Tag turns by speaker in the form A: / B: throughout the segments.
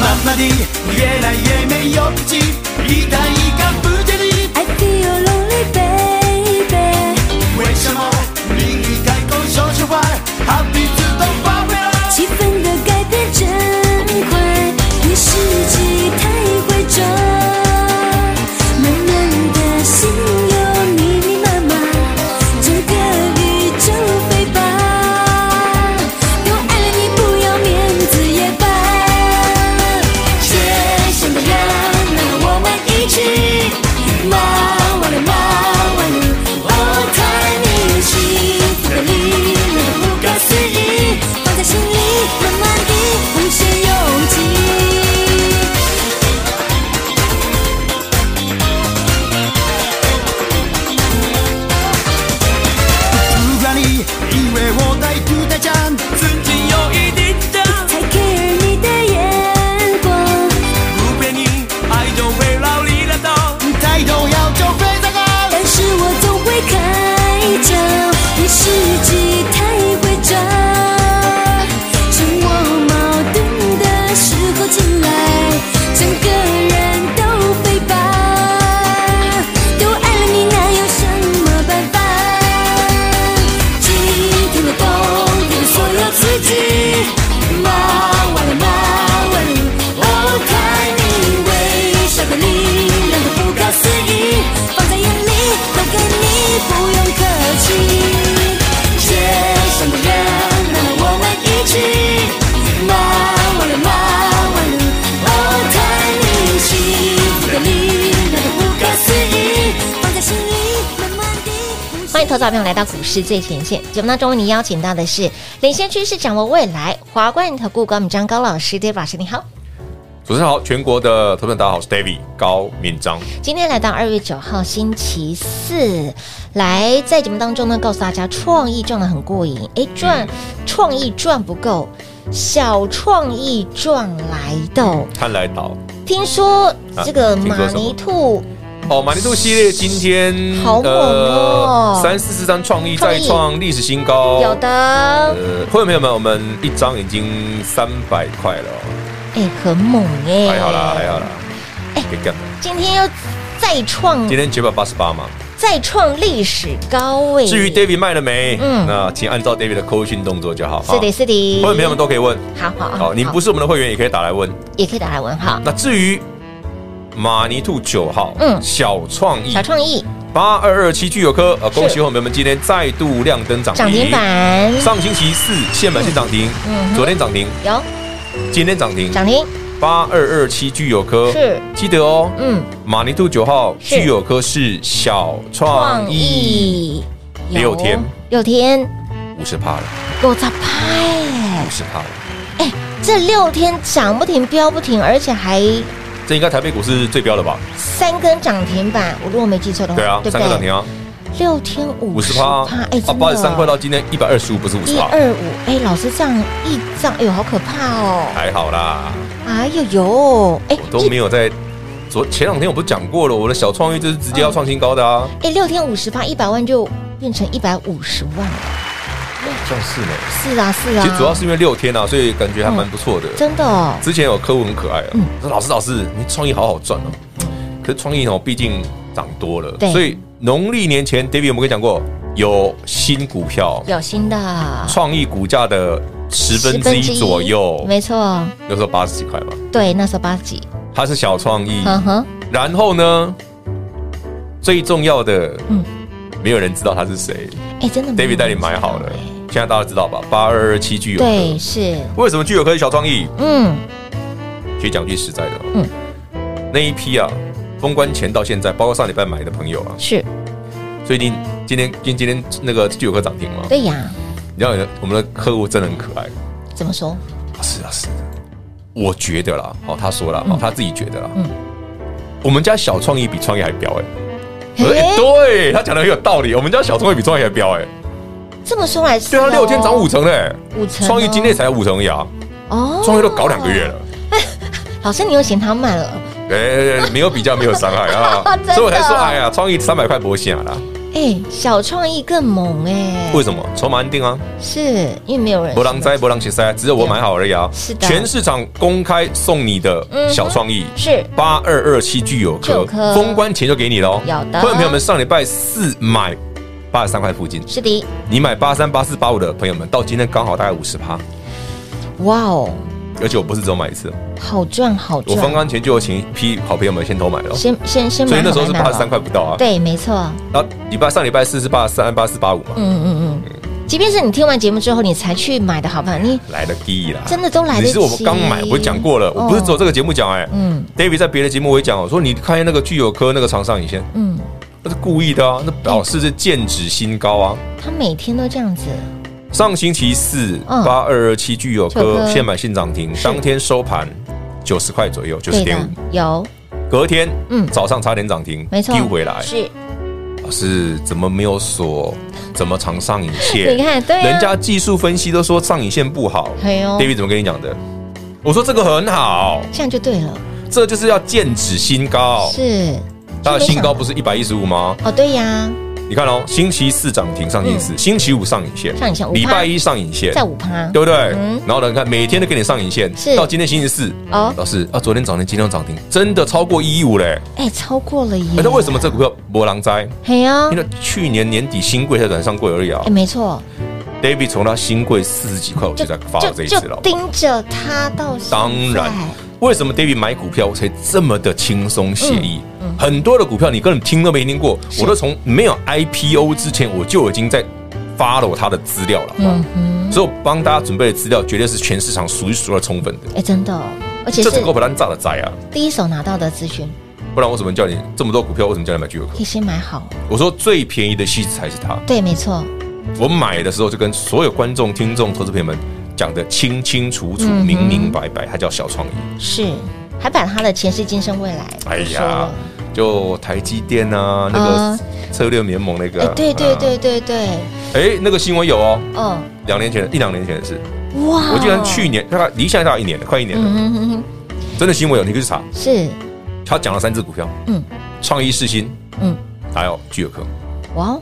A: まんまで見えない夢よっち痛いが無茶に
B: I feel lonely, baby。
A: 为什么命运该空手说话好比自动发挥了
B: 气氛的改变真快，你是期待会转，慢慢的心有密密麻麻，整个宇宙飞吧。都爱了你不要面子也罢。街上的人，那个我们一起，忙完了忙完了，哦，太迷信，不可理，那个不可思议，放在心里，慢慢地无限拥挤。
A: 突然你以为我在孤单讲自己有一点脏
B: 才 care 你的眼光，
A: 不骗你爱就会老力的到抬头要就飞得高
B: 但是我总会开窍，你是机太会抓，趁我矛盾的时候进来，整个人都飞吧。都爱了你，那有什么办法？今天的冬天，所有刺激，麻完了麻完了，哦，看你微笑的你，那个不可思议，放在眼里，留给你，不用客气。街上的人，那我们一起，麻完了麻完了，哦，看你幸福的你，那个不可思议，放在心里，慢慢地。
C: 欢迎投资者朋友来到股市最前线节目当中，为您邀请到的是领先趋势、掌握未来华冠投顾高敏章高老师，David 老师你好。
D: 主持人好，全国的投资人大家好，我是 David 高敏章。
C: 今天来到二月九号星期四，来在节目当中呢，告诉大家创意赚的很过瘾，诶，赚创意赚不够，小创意赚来的。
D: 看来岛
C: 听说
D: 啊
C: 这个
D: 听
C: 马
D: 说什么
C: 尼兔
D: 哦，马尼兔系列今天呃
C: 好猛哦
D: 三四四三创意
C: 创
D: 再
C: 意
D: 创历史新高。
C: 有的，
D: 哦呃，会员朋友们，我们一张已经三百块了哦，
C: 诶，哎很猛诶，
D: 还好啦，还好啦，
C: 哎
D: 可以干嘛。
C: 今天又再创
D: 今天九百八十八嘛。
C: 再创历史高位。
D: 至于 David 卖了没？
C: 嗯
D: 嗯，那请按照 David 的扣讯动作就好。
C: 是的，是的，
D: 会员朋友们都可以问。
C: 好好
D: 好，你哦不是我嗯们的会员也可以打来问。
C: 也可以打来问哈。
D: 那至于马尼兔九号，
C: 嗯
D: 嗯，小创意
C: 小创意
D: 八二二七具有科，呃，恭
C: 是
D: 喜我们们今天再度亮灯涨
C: 涨停
D: 停。
C: 板
D: 上星期四现买现涨停，
C: 嗯哼
D: 昨天涨停，
C: 有
D: 今天涨停。
C: 涨停，
D: 八二二七具有科
C: 是
D: 记得哦，
C: 嗯，
D: 马尼兔九号
C: 是
D: 具有科是小创
C: 创
D: 意
C: 意有
D: 六天
C: 六天
D: 五十趴了，
C: 够咋拍哎
D: 五？十趴了。
C: 这六天涨不停，飙不停，而且还
D: 这应该台北股市最标了吧？
C: 三根涨停板，我如果没记错的话，
D: 对啊，
C: 不嗯对
D: 三个涨停啊，
C: 六天五
D: 五
C: 十
D: 十
C: 趴
D: 趴，
C: 哎，
D: 啊，
C: 真
D: 八十三块
C: 的
D: 到今天一百二十五，不是五十
C: 一
D: 趴，
C: 二五，哎，老师这样一张，哎呦，好可怕哦！
D: 还好啦，
C: 哎呦呦，哎
D: 我，都没有在昨前两天我不是讲过了，我的小创意就是直接要创新高的啊，
C: 哎，六天五十趴，一百万就变成一百五十万了。
D: 像是呢。
C: 是啊，是啊。
D: 其实主要是因为六天啊，所以感觉还蛮不错的。
C: 真的哦，
D: 之前有客户很可爱啊
C: 嗯，
D: 说老师老师，你创意好好赚哦。可是创意哦，毕竟涨多了
C: 对，
D: 所以农历年前，David 有没有跟你讲过有新股票，
C: 有新的
D: 创意股价的十分之一左右，
C: 没错，
D: 那时候八十几块吧，
C: 对，那时候八十几，
D: 它是小创意。
C: 嗯哼，
D: 然后呢，最重要的，
C: 嗯
D: 没有人知道他是谁
C: 哎，真的没有
D: ，David 带你买好了
C: 哎，
D: 现在大家知道吧？八二二七具有
C: 对，
D: 科，
C: 是，
D: 为什么具有科是小创意？
C: 嗯，
D: 其实讲句实在的，
C: 嗯
D: 嗯，那一批啊，封关前到现在，包括上礼拜买的朋友啊，
C: 是
D: 最近今天今今天那个聚友科涨停吗？
C: 对呀，
D: 你知道我们的客户真的很可爱。
C: 怎么说？
D: 啊是啊是啊，我觉得啦，哦，他说了，
C: 嗯
D: 哦，他自己觉得啦，我们家小创意比创意还彪哎、我说哎
C: 诶
D: 对他讲的很有道理，我们家小创意比创意还彪哎、
C: 这么说来是
D: 对
C: 哦，
D: 啊，六天涨五成嘞、
C: 五成哦
D: 创意今天才五成呀、
C: 哦
D: 创意都搞两个月了，
C: 老师，你又嫌它慢了？
D: 哎、没有比较没有伤害啊
C: 真，的
D: 所以我才说，哎呀，创意三百块博险啊啦，
C: 哎，小创意更猛哎，
D: 为什么？筹码安定啊，
C: 是因为没有人
D: 博狼灾博狼血塞，只有我买好而已啊，
C: 是的嗯
D: 全市场公开送你的小创意
C: 是
D: 八二二七具有
C: 具有
D: 科
C: 科，
D: 封关前就给你喽。
C: 有的
D: 朋友朋友们，上礼拜四买八十三块附近，
C: 是的，
D: 你买八三、八四、八五的朋友们，到今天刚好大概五十趴，
C: 哇哦，
D: 而且我不是只有买一次，
C: 好赚好
D: 我封
C: 赚，
D: 关前就有请一批好朋友们先偷买了，
C: 先先先买
D: 所以那时候
C: 好
D: 是
C: 买
D: 八
C: 好
D: 十三块不到啊。
C: 对，没错，
D: 然后礼拜上礼拜四是八十三、八四、八五嘛，
C: 嗯嗯嗯，即便是你听完节目之后，你才去买的好不好？你
D: 来得低啦，
C: 真的都来得及
D: 啊你是我们刚买，我不是讲过了，我不是
C: 哦
D: 走这个节目讲哎
C: 嗯
D: ，David 在别的节目我也讲，哦我说你看那个具有科那个厂商以前，
C: 嗯，
D: 那是故意的啊，那表示是剑指新高啊。
C: 他每天都这样子，
D: 上星期四
C: 嗯
D: 八二二七具有
C: 具有
D: 科
C: 科
D: 现买现涨停，当天收盘九十块左右，九十
C: 对
D: 点
C: 的
D: 五。，
C: 有
D: 隔天，
C: 嗯
D: 早上差点涨停，
C: 没错，
D: 丢回来。
C: 是
D: 老师怎么没有锁？怎么长上影线？
C: 你看对啊
D: 人家技术分析都说上影线不好。
C: 哎呦
D: David 怎么跟你讲的？我说这个很好，
C: 这样就对了，
D: 这就是要剑指新高。
C: 是
D: 它哦的新高不
C: 是？
D: 是一百一十五吗？
C: 哦，对呀，
D: 你看哦，星期四涨停上影四，星期五上影线，
C: 嗯上影线
D: 礼
C: 5%
D: 拜一上影线，
C: 在五趴，
D: 对不对？
C: 嗯
D: 然后呢，你看每天都给你上影线，
C: 是
D: 到今天星期四，
C: 哦
D: 老师啊，昨天涨停，今天涨停，真的超过一一五嘞。
C: 哎，超过了耶
D: 哎，，那为什么这股票博狼灾？
C: 嘿呀
D: 因，为去年年底新贵才转上柜而已啊
C: 哎，。没错，
D: David 从他新贵四十几块，我就在发了这一次了。
C: 盯着他到现在
D: 当然，为什么 David 买股票才这么的轻松写意？
C: 嗯
D: 很多的股票你根本听都没听过，我都从没有 IPO 之前我就已经在 follow 他的资料了。
C: 嗯哼，
D: 所以我帮大家准备的资料绝对是全市场数一数二充分的。
C: 哎，真的哦，而且
D: 这
C: 是
D: 只股票咱炸了灾啊！
C: 第一手拿到的资讯，
D: 不然我怎么叫你这么多股票？我怎么叫你买巨有科
C: 可？以先买好，
D: 我说最便宜的戏子才是它。
C: 对，没错，
D: 我买的时候就跟所有观众、听众、投资朋友们讲的清清楚楚、明明白白，它叫小创意。
C: 是，还把他的前世今生未来，
D: 哎
C: 说
D: 呀
C: 了，
D: 就台积电啊，那
C: 啊
D: 个策略联盟那个
C: 哎
D: 啊，，
C: 对对对对对，
D: 啊，哎，那个新闻有哦，
C: 哦，
D: 两年前、一两年前的事。
C: 哇
D: 我竟然，去年大概离现在大概一年了，快一年
C: 嗯
D: 了，
C: 哼哼哼，
D: 真的新闻有，你可以去查。
C: 是，
D: 他讲了三只股票，
C: 嗯
D: 创意、世新，
C: 嗯，
D: 还有聚友科。
C: 哇哦，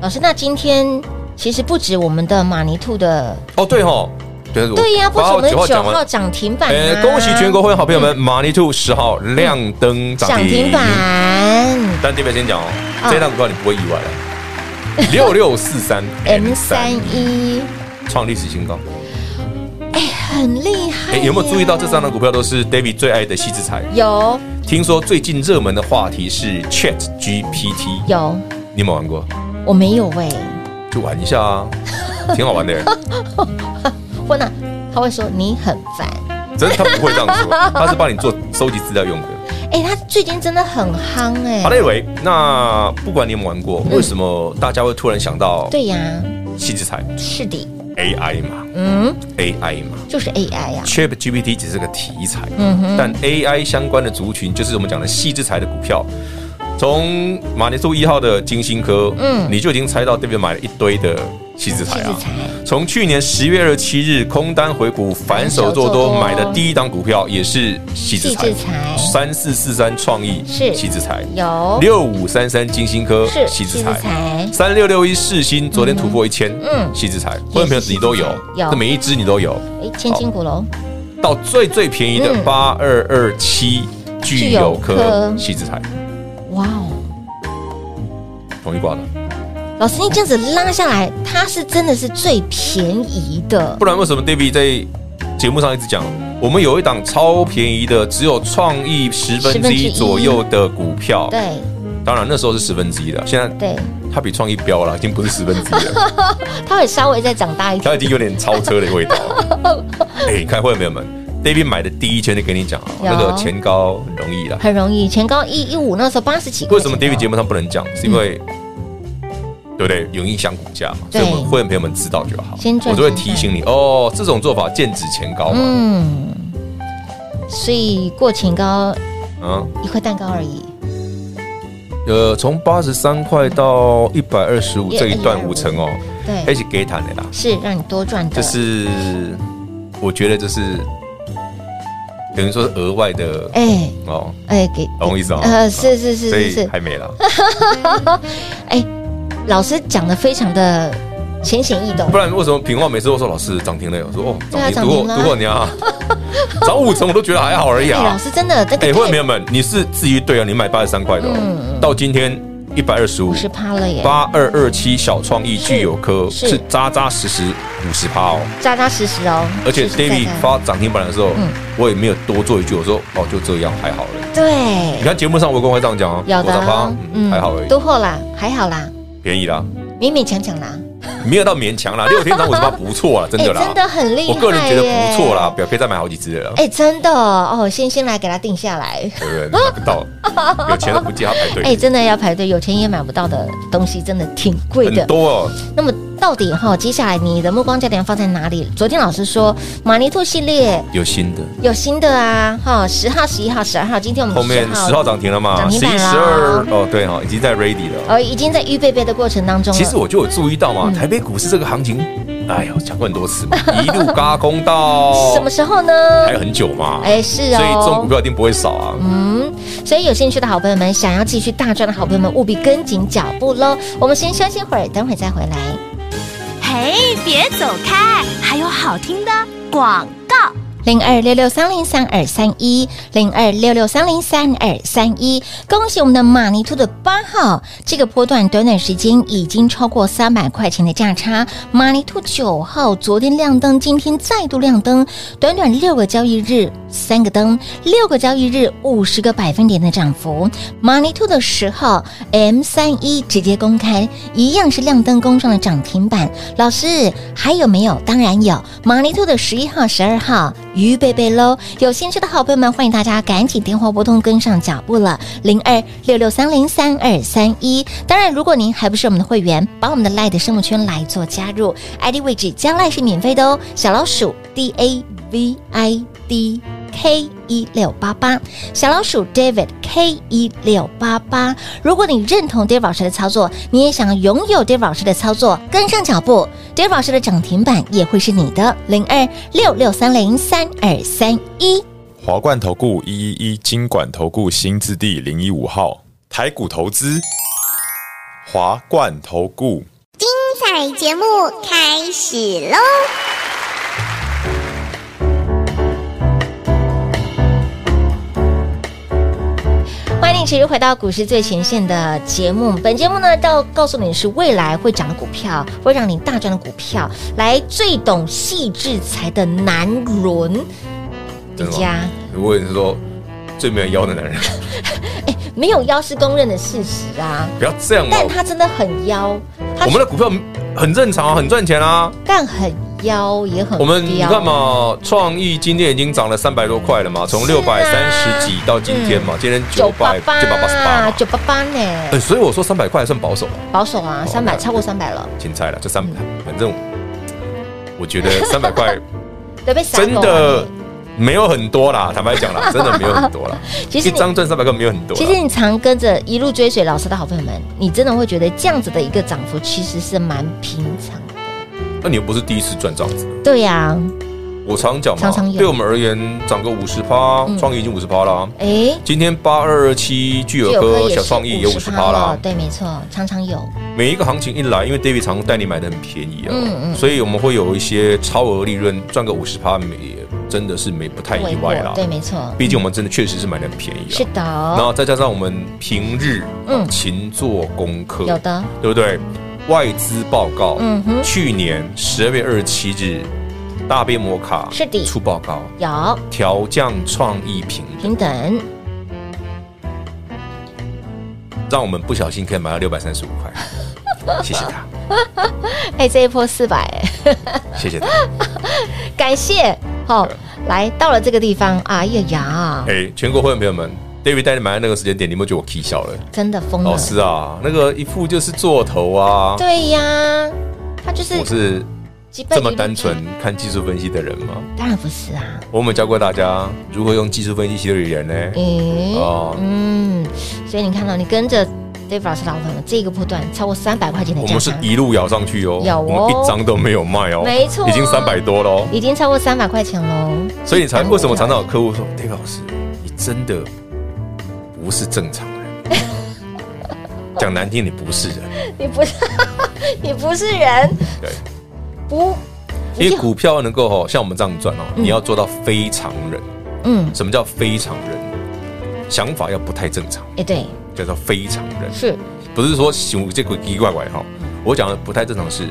C: 老师，那今天其实不止我们的马尼兔的，
D: 哦，对吼，对
C: 对呀，不止我们
D: 9
C: 九号涨停板
D: 哎、
C: 啊，嗯
D: 恭喜全国会员好朋友们，马尼兔十号亮灯涨
C: 涨
D: 停
C: 停板。，
D: 但这边先讲哦，
C: 嗯
D: 这档股票你不会意 外了。六六四三
C: M 三一，
D: 创历史新高。
C: 很厉害
D: 哎、
C: 耶，
D: 有没有注意到这三档股票都是 David 最爱的细资财？
C: 有
D: 听说最近热门的话题是 Chat GPT，
C: 有，
D: 你有没有玩过？
C: 我没有喂，
D: 就玩一下啊，挺好玩 的。
C: 或那他会说你很烦。
D: 真的，他不会这样说，他是帮你做收集资料用的。
C: 哎、他最近真的很夯哎、
D: 好嘞，伟，那不管你有没有玩过，为什么大家会突然想到
C: 对呀、
D: 细资财
C: 是的，
D: AI 嘛
C: 嗯，
D: ？AI 嘛？
C: 就是啊 AI 呀、
D: Chat GPT 只是个题材，
C: 嗯哼
D: 但 AI 相关的族群就是我们讲的细制材的股票。从马尼兔一号的金星科，
C: 嗯
D: 你就已经猜到对面买了一堆的细制材
C: 细
D: 啊
C: 制材。
D: 从去年十月二十七日空单回股，反
C: 反手
D: 手做
C: 做
D: 多
C: 多
D: 买的第一档股票也是细制材
C: 细制材，
D: 三四四三创意
C: 是
D: 细制材，
C: 有
D: 六五三三金星科
C: 是
D: 细制
C: 细制
D: 材
C: 材，
D: 三六六一世新昨天突破一千，
C: 嗯
D: 细制材，观众朋友你都
C: 细
D: 有
C: 制，材有
D: 这每一只你都有。
C: 哎，千金古楼
D: 到最最便宜的
C: 嗯
D: 八二二七
C: 具
D: 具有
C: 有
D: 科
C: 科
D: 西子台，
C: 哇哦，
D: 同意挂的。
C: 老师你这样子拉下来，它是真的是最便宜的
D: 不，然为什么 David 在节目上一直讲，我们有一档超便宜的，只有创意十分之一
C: 10
D: 左右的股票？
C: 对
D: 当然那时候是十分之一的，现在
C: 对，
D: 它比创意飙了，已经不是十分之一了，
C: 它会稍微再长大一
D: 它已
C: 点，
D: 经有点超车的味道了。 哎、你看会没有们？David 买的第一圈就跟你讲啊，
C: 有
D: 那个前高容易啦。
C: 很容易，前高一一五那时候八十几块
D: 为
C: 钱哦，
D: 什么 David 节目上不能讲？是因为对不对？有影响股价嘛，所
C: 对
D: 以我们会员朋友们知道就好
C: 先，赚
D: 我就会
C: 钱
D: 提醒你哦，这种做法见指前高嘛，
C: 嗯，所以过前高
D: 嗯，
C: 一块蛋糕而已，
D: 呃，从八十三块到一百二十五
C: 也
D: 这一段
C: 125
D: 五成哦，还
C: 对，
D: 是给谈的啦，
C: 是让你多赚
D: 这
C: 的，
D: 是我觉得这是等于说是额外的
C: 哎
D: 哦，
C: 哎给，
D: 懂我意思哦
C: 呃，是是是
D: 所
C: 是
D: 以
C: 是，
D: 还没啦，
C: 哎，老师讲的非常的浅显易懂
D: 不，然为什么平话每次都说老师涨停了？我说哦，
C: 对啊
D: 涨停，如
C: 涨停
D: 果
C: 了啊
D: 如果 你啊，涨五成我都觉得还好而已
C: 哎， 老
D: 啊。
C: 师真的这
D: 哎，
C: 个
D: 会员朋友们，你是至于对啊，你买八十三块的哦，到今天一百二十五
C: 五，十趴了耶，
D: 八二二七小创意具有科
C: 是
D: 是扎扎实实五十趴哦。
C: 扎扎实实哦，
D: 而且
C: 实实在
D: David
C: 在
D: 发涨停板的时候
C: 嗯，
D: 我也没有多做一句，我说哦就这样还好了。你
C: 对，
D: 看节目上我跟会这样讲啊，
C: 有的
D: 多少趴
C: 啊，
D: 嗯还好而已，
C: 都厚啦，还好啦，
D: 便宜啦，
C: 勉勉强强啦，
D: 没有到勉强啦，六天涨 五十趴不错啦，真的
C: 哎
D: 啦
C: 真，的很厉害，
D: 我个人觉得不错啦，。表可以再买好几只了啦，
C: 哎、真的哦，哦先先来给它定下来。
D: 对不对？买不 到，有钱都不借他排
C: 哎、
D: 队，
C: 真的要排队，有钱也买不到的东西，真的挺贵的
D: 很。多哦，
C: 那么到底哈，接下来你的目光焦点放在哪里？昨天老师说马尼兔系列
D: 有新的，
C: 有新的啊，哈，十号、十一号、十二号，今天我们
D: 后面
C: 10
D: 十号涨停了嘛
C: 啊涨，停
D: 十
C: 板
D: 一、
C: 啦
D: 十二，哦对哈，已经在 ready 了。
C: 呃已经在预备备的过程当中了。嗯
D: 其实我就有注意到嘛，台北股市这个行情，哎呦，讲过很多 次嘛，一路嘎空到
C: 什么时候呢？
D: 还有很久嘛，
C: 哎、是哦，
D: 所以这种股票一定不会少啊。
C: 嗯，所以有兴趣的好朋友们，想要继续大赚的好朋友们，务必跟紧脚步喽。我们先休息会儿，等会儿再回来。
B: 嘿，别走开，还有好听的广告。
C: 零二六六三零三二三一，零二六六三零三二三一。恭喜我们的马尼兔的八号，这个波段短短时间已经超过三百块钱的价差。马尼兔九号昨天亮灯，今天再度亮灯，短短六个交易日三个灯，六个交易日五十个百分点的涨幅。马尼兔的十号 M 三一直接公开，一样是亮灯攻上了涨停板。老师还有没有？当然有，马尼兔的十一号、十二号于贝贝喽。有兴趣的好朋友们，欢迎大家赶紧电话拨通，跟上脚步了。零二六六三零三二三一。当然，如果您还不是我们的会员，把我们的 l i 的生活圈来做加入，ID 位置将来是免费的哦。小老鼠 D A V I D。K 一六八八，小老鼠 David K 一六八八。如果你认同 David 老师的操作，你也想拥有 David 老师的操作，跟上脚步，David 老师的涨停板也会是你的。零二六六三零三二三一。
E: 华冠投顾一一一金管投顾新字第零一五号台股投资，华冠投顾。
F: 彩节目开始喽！
C: 欢迎你持续回到股市最前线的节目。本节目呢，要告诉你是未来会涨的股票，会让你大赚的股票，来最懂细制裁的男人李
D: 真的吗
C: 佳，
D: 哦如果你说最没有腰的男人，
C: 没有腰是公认的事实啊，
D: 不要这样哦嘛
C: 但。他真的很妖，他嗯
D: 我们的股票很正常啊，很赚钱啊。
C: 但很妖也很
D: 我们你
C: 彪
D: 看嘛，创意今天已经涨了三百多块了嘛，从
C: 是啊
D: 六百三十几到今天嘛，今天九
C: 九
D: 百
C: 八
D: 九
C: 八
D: 百八十八嘛。
C: 九八八呢，
D: 哎，所以我说三百块还算保守啊，
C: 保守啊，三百超过三百了，
D: 芹菜了，就三百，反正我觉 得三百块
C: 对被杀啊
D: 真
C: 光
D: 的啊
C: 了。
D: 没有很多啦，坦白 讲啦，真的没有很多啦。
C: 其实
D: 一
C: 你
D: 张赚三百块没有很多啦。
C: 其实你常跟着一路追随老师的好朋友们，你真的会觉得这样子的一个涨幅其实是蛮平常的。
D: 那你又不是第一次赚这样子。
C: 对啊呀、
D: 我常讲
C: 常常
D: 嘛，
C: 有嗯
D: 对我们而言，涨个五十趴，创意已经五十趴啊啦。
C: 哎，
D: 今天八二二七具有
C: 这首
D: 科
C: 歌也
D: 小
C: 是
D: 创意也五十
C: 50%
D: 趴啦
C: 了。对，没错，常常有，
D: 每一个行情一来，因为 David 常带你买的很便宜啊，
C: 嗯嗯
D: 所以我们会有一些超额利润，赚个五十趴，没真的是没不太意外啦。
C: 对，没错，
D: 毕竟我们真的确实是买的很便宜
C: 是
D: 啊。然
C: 的，
D: 后再加上我们平日
C: 嗯
D: 嗯勤做功课，
C: 有的，
D: 对不对？外资报告，
C: 嗯哼
D: 去年十二月二十七日，大杯摩卡
C: 是的
D: 出报告，
C: 有
D: 调降创意平
C: 平等，
D: 让我们不小心可以买到六百三十五块，谢谢他，
C: 哎，这一波四百，
D: 谢谢他。
C: 感谢，好、来到了这个地方，哎呀呀，
D: 哎，全国会员朋友们 David 带你买的那个时间点，你有没有觉得我 K 笑了？
C: 真的疯了
D: 老。师啊，那个一副就是做头啊，
C: 嗯对呀，他就是
D: 我是
C: 基本
D: 这么
C: 一路
D: 单纯看技术分析的人吗？
C: 当然不是啊。
D: 我有没有教过大家如何用技术分析修理人呢？
C: 嗯、
D: 哦
C: 嗯，所以你看到你跟着 Dave 老师老板们这个波段超过三百块钱的
D: 我
C: 价
D: 们是
C: 差，
D: 一路咬上去哦，
C: 有哦
D: 我们一张都没有卖哦，
C: 没错
D: 已经三百多喽。
C: 已经超过三百块钱喽。
D: 所以你才
C: 一张
D: 为什么
C: 股票
D: 常常有客户说，David 老师，你真的不是正常 人，讲难听，你不是人。
C: 你不是 你不是人，
D: 对，
C: 不，
D: 因为股票能够哦，像我们这样赚哦，你要做到非常人。
C: 嗯，
D: 什么叫非常人？想法要不太正常，
C: 哎、对，
D: 叫做非常人。
C: 是
D: 不是说行这个奇怪怪哈。我讲的不太正常是，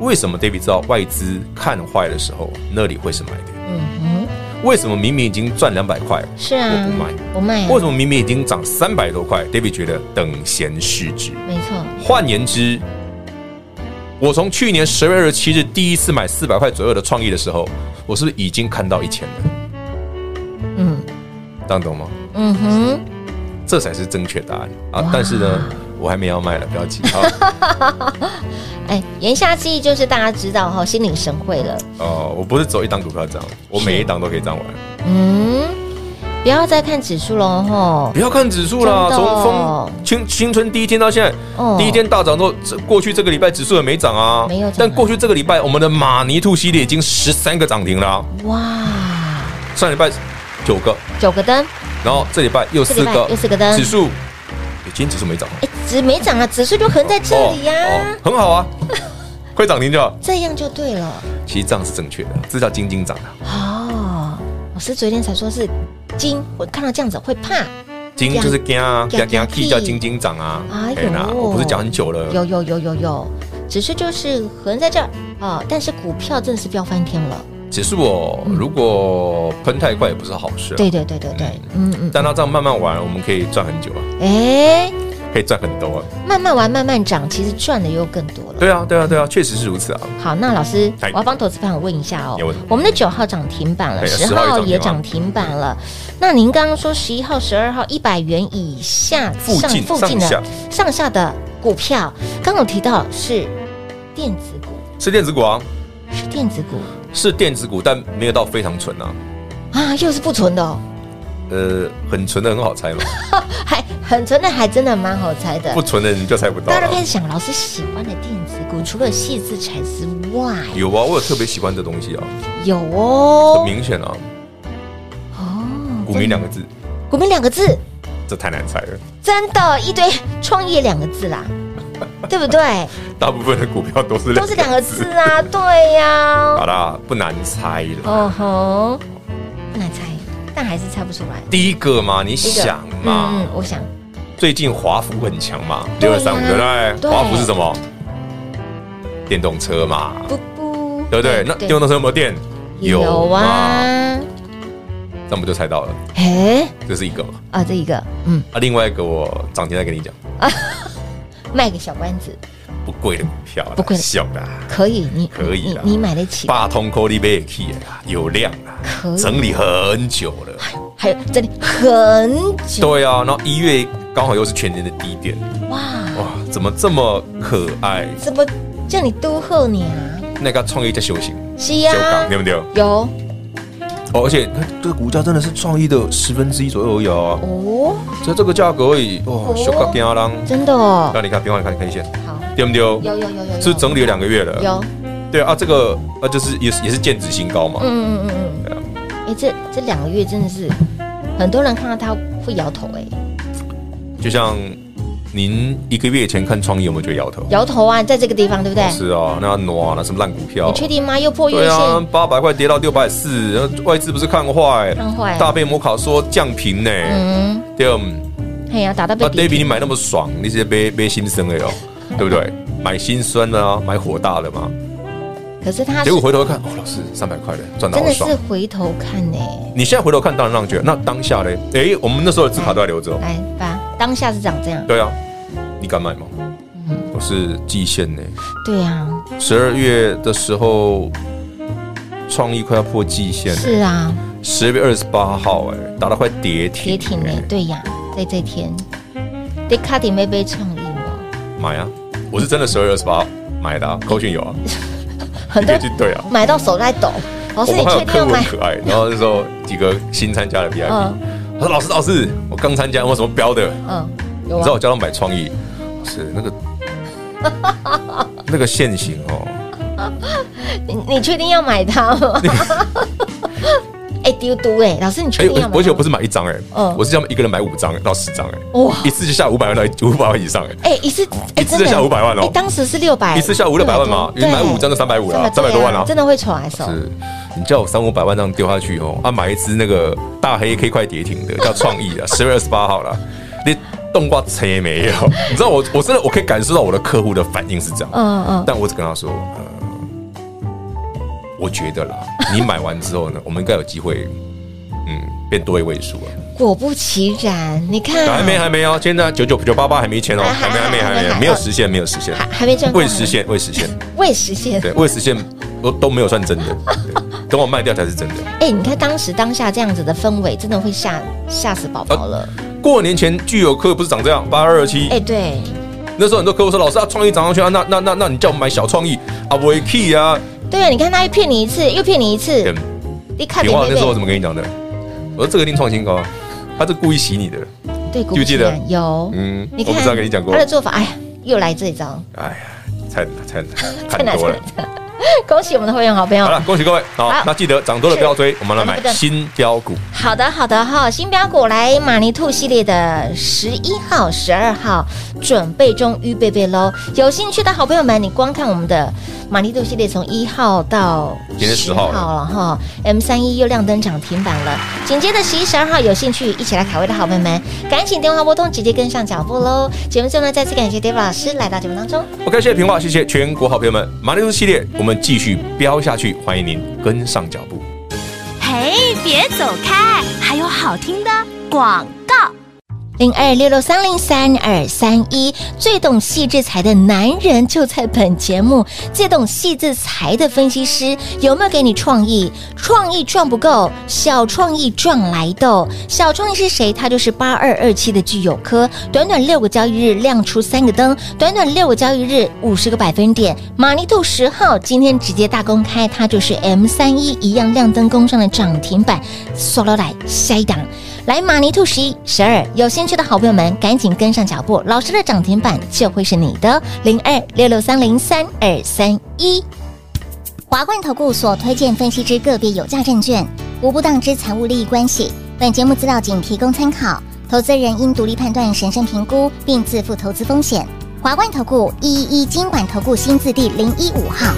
D: 为什么 David 知道外资看坏的时候那里会是买的？嗯哼。为什么明明已经赚两百块，
C: 是啊，
D: 我不卖？
C: 不卖、啊，
D: 为什么明明已经涨三百多块，David 觉得等闲视之？
C: 没错，
D: 换言之，我从去年十月二十七日第一次买四百块左右的创意的时候，我是不是已经看到一千了？
C: 嗯
D: 这样懂吗？
C: 嗯哼，
D: 这才是正确答案啊
C: 哇！
D: 但是呢，我还没要卖了，不 要急啊。
C: 哎、言下之意就是大家知道哈，心领神会了。
D: 哦，我不是走一档股票涨，我每一档都可以涨完。
C: 嗯，不要再看指数喽吼
D: 不，要看指数啦，
C: 真的哦
D: 从风青青春第一天到现在，
C: 哦
D: 第一天大涨之后，这过去这个礼拜指数也没涨啊，
C: 没有涨啊
D: 但过去这个礼拜，我们的马尼兔系列已经十三个涨停了啊，
C: 哇，
D: 上礼拜九个，
C: 九个灯，
D: 然后这礼拜又四
C: 这礼拜
D: 个，
C: 又四个灯
D: 指数，诶今天指数没涨
C: 哎、指没涨啊，指数就横在这里呀、
D: 哦很好啊， 会涨停就好。
C: 这样就对了。
D: 其实这样是正确的，这叫金金涨啊，
C: 哦，老师昨天才说是金，我看到这样子会怕。
D: 金
C: 这样
D: 就是惊啊，
C: 惊
D: 惊惊
C: 气
D: K 叫金金涨啊，
C: 哎呦
D: 嘿啦我不是讲很久了，
C: 有有有有有，只是就是横在这儿啊、但是股票真的是飙翻天了。
D: 指数哦，如果喷太快也不是好事、啊，
C: 对对对对对，嗯嗯，
D: 但它这样慢慢玩，我们可以赚很久啊，
C: 哎、
D: 可以赚很多啊。
C: 慢慢玩慢慢涨，其实赚的又更多了。
D: 对啊，对啊，对啊，确实是如此啊。
C: 好，那老师，
D: 哎
C: 我要帮投资朋友问一下哦
D: 你问，
C: 我们的九号涨停板了，
D: 哎
C: 十
D: 10号
C: 号也
D: 也
C: 涨
D: 涨
C: 停板了。那您刚刚说十一号、十二号一百元以下
D: 附
C: 上
D: 近
C: 附近的
D: 上下
C: 上下的股票，刚刚有提到是电子股，
D: 是电子股啊，
C: 是电子股
D: 是电子股，但没有到非常纯啊。
C: 啊，又是不纯的哦。
D: 呃，很纯的很好 猜嘛，
C: 还很纯的，还真的蛮好猜的
D: 不。纯的你就猜不到
C: 大家
D: 了
C: 都。开始想，老师喜欢的电子股，除了细字材之外，
D: 有啊，我有特别喜欢的东西啊，
C: 有
D: 很
C: 哦，
D: 明显啊，
C: 哦，
D: 股民两个字，
C: 股民两个字，
D: 这太难猜了。
C: 真的，一堆创业两个字 啦，对不对？
D: 大部分的股票都是
C: 都是两个字 啊，对呀、
D: 好啦，不难猜了。
C: 哦吼，不难猜，但还是猜不出来。
D: 第一个嘛，你
C: 一个
D: 想嘛，
C: 嗯，嗯我想
D: 最近华孚很强嘛，
C: 对
D: 六
C: 呀
D: 二三五对不
C: 对
D: 对？华孚是什么？电动车嘛，
C: 不不，
D: 对不对？那电动车有没有电？
C: 有
D: 嘛，
C: 啊，
D: 那不就猜到了，
C: 哎
D: 这是一个嘛。
C: 啊，这一个，嗯，
D: 啊，另外一个我涨停再跟你讲，
C: 卖个小关子，
D: 不贵的股票啦，
C: 不贵的
D: 小的啊，
C: 可以，你
D: 可以
C: 你
D: 啦
C: 你你买得起，
D: 八通 c o l i b a k 啊，有量啊
C: 可以，
D: 整理很久了。
C: 还有这里很久
D: 对啊，然后一月刚好又是全年的低点，
C: 哇。
D: 哇，怎么这么可爱？
C: 怎么叫你都后你啊？
D: 那个创意在修行，
C: 是呀、
D: 修港对不对？
C: 有
D: 哦，而且它这个股价真的是创意的十分之一左右而已啊。
C: 哦，
D: 所以这个价格而已，
C: 哦，
D: 哦小个惊人。
C: 真的哦。
D: 那你看，别忘了看 K 线，
C: 好，
D: 对不对？
C: 有有有有有，
D: 是不是整理了两个月了。
C: 有，
D: 对啊，这个啊，就是也是也是见指新高嘛。
C: 嗯嗯嗯嗯
D: 对啊
C: 嗯。哎、这这两个月真的是很多人看到他会摇头、哎，
D: 就像您一个月前看创意，有没有觉得摇头？
C: 摇头啊，在这个地方，对不对？
D: 是啊，那挪啊，那什么烂股票
C: 你？确定吗？又破月
D: 对
C: 线，
D: 啊，八百块跌到六百四，然后外资不是看坏？
C: 看坏
D: 大被摩卡说降平呢。
C: 嗯，
D: 对啊，
C: 哎呀、打到被
D: 那 David
C: 逼
D: 你买那么爽，你直接背背心酸了哟，对不对？买心酸的啊，买火大的嘛。
C: 可是他
D: 结
C: 是
D: 果回头看，哦，老师三百块的赚到
C: 真
D: 好
C: 的
D: 爽
C: 是。回头看哎呢、
D: 你现在回头看，当然让你觉得那当下嘞，哎，我们那时候的字卡都还留着哦。
C: 来吧，当下是长这样，
D: 对啊，你敢买吗？
C: 嗯
D: 我是季线呢，
C: 对啊，
D: 十二月的时候，创意快要破季线，
C: 是啊，
D: 十月二十八号，哎，打到快跌停，
C: 跌停呢、
D: 哎
C: 对呀、在这天，对卡迪妹被创意吗？
D: 买啊！我是真的十二月二十八买的、啊，扣讯有啊，
C: 很
D: 你可
C: 多
D: 以去对啊。
C: 买到手在抖。呃老
D: 我
C: 师，
D: 们
C: 你
D: 还有
C: 确定
D: 客
C: 要
D: 户很
C: 买？
D: 可爱，然后那时候几个新参加的 VIP，、
C: 嗯
D: 他说：“老师，老师，我刚参加，我有什么标的？
C: 嗯，有
D: 你知道我
C: 啊，
D: 叫他买创意，是那个 那个现行哦，
C: 你你确定要买它 吗？哎，丢丢哎，老师，你
D: 哎、
C: 确定要买
D: 我
C: 它？
D: 而且我不是买一张哎、
C: 嗯
D: 我是叫他们一个人买五张到十张哎、
C: 哇
D: 一次就下五百万到五 百万以上哎、
C: 哎，一次哎，
D: 一次
C: 真的
D: 下500万哦
C: 哎当时是六百，
D: 一次下500万嘛
C: 对
D: 因为买五张就350了
C: 300
D: 300多万啊
C: 真的会甩手。
D: 是，你叫我三五百万这样丢下去哦，啊，买一只那个大黑 K 快跌 停的，叫创意啊，十月二十八号啦，你动挂车也没有，你知道我我真的我可以感受到我的客户的反应是这样，
C: 嗯嗯，
D: 但我只跟他说，呃，我觉得啦，你买完之后呢，我们应该有机会，嗯，变多一位数了。
C: 果不其然，你看
D: 还没，还没哦，现在九九九八八还没签哦，
C: 啊还
D: 还没还没
C: 还
D: 还
C: 还还
D: 没没有实现，没有实现，
C: 还还没赚够
D: 未实现未实现，
C: 未实现。
D: 对，未实现都都没有算真的，对等我卖掉才是真的。
C: 哎，你看当时当下这样子的氛围，真的会吓吓死宝宝
D: 啊
C: 了。
D: 过年前具有客户不是长这样，八二二七
C: 哎，，对，
D: 那时候很多客户说老师啊，创意涨上去啊，那那那那你叫我们买小创意啊，维 key 啊，
C: 对啊，你看他又骗你一次，又骗你一次
D: 对，，
C: 你看
D: 平
C: 点
D: 话
C: 妹
D: 那时候我怎
C: 妹，
D: 么跟你讲的？我说这个一定创新高啊，他是故意洗你的，
C: 对，果不
D: 记不
C: 其
D: 记得
C: 然有，
D: 嗯，
C: 你
D: 我
C: 看
D: 不知道跟你讲过
C: 他，的做法，哎呀，又来这一招，
D: 哎呀，菜菜
C: 太难
D: 看多了。
C: 了。恭喜我们的会员好朋友
D: 好。了，恭喜各位，好
C: 哦好，
D: 那记得涨多了不要追，我们来
C: 涨多了
D: 买
C: 不要
D: 新标股。
C: 好的，好的哈，新标股来马尼兔系列的十一号、十二号准备中，预备备喽！有兴趣的好朋友们，你光看我们的马尼兔系列，从一号到
D: 今天10号
C: 了哈，M 三一又亮灯涨停板了。紧接着十一、十二号，有兴趣一起来卡位的好朋友们，赶紧电话拨通，直接跟上脚步喽！节目最后呢，再次感谢 David 老师来到节目当中。
D: OK，谢谢平话，谢谢全国好朋友们，马里兔系列我们继续飙下去，欢迎您跟上脚步。
B: 嘿，别走开，还有好听的广告。
C: 零二六六三零三二三一，最懂细制裁的男人就在本节目。最懂细制裁的分析师有没有给你创意？创意赚不够，小创意赚来豆。小创意是谁？他就是八二二七的聚友科，短短六个交易日亮出三个灯，短短六个交易日五十个百分点。马尼兔十号今天直接大公开，它就是 M 三一一样亮灯攻上了涨停板，刷了来下一档。来马尼兔十一、十二，有兴趣的好朋友们赶紧跟上脚步，老师的涨停板就会是你的零二六六三零三二三一。
F: 华冠投顾所推荐分析之个别有价证券，无不当之财务利益关系。本节目资料仅提供参考，投资人应独立判断、审慎评估，并自负投资风险。华冠投顾一一一金管投顾新字第零一五号。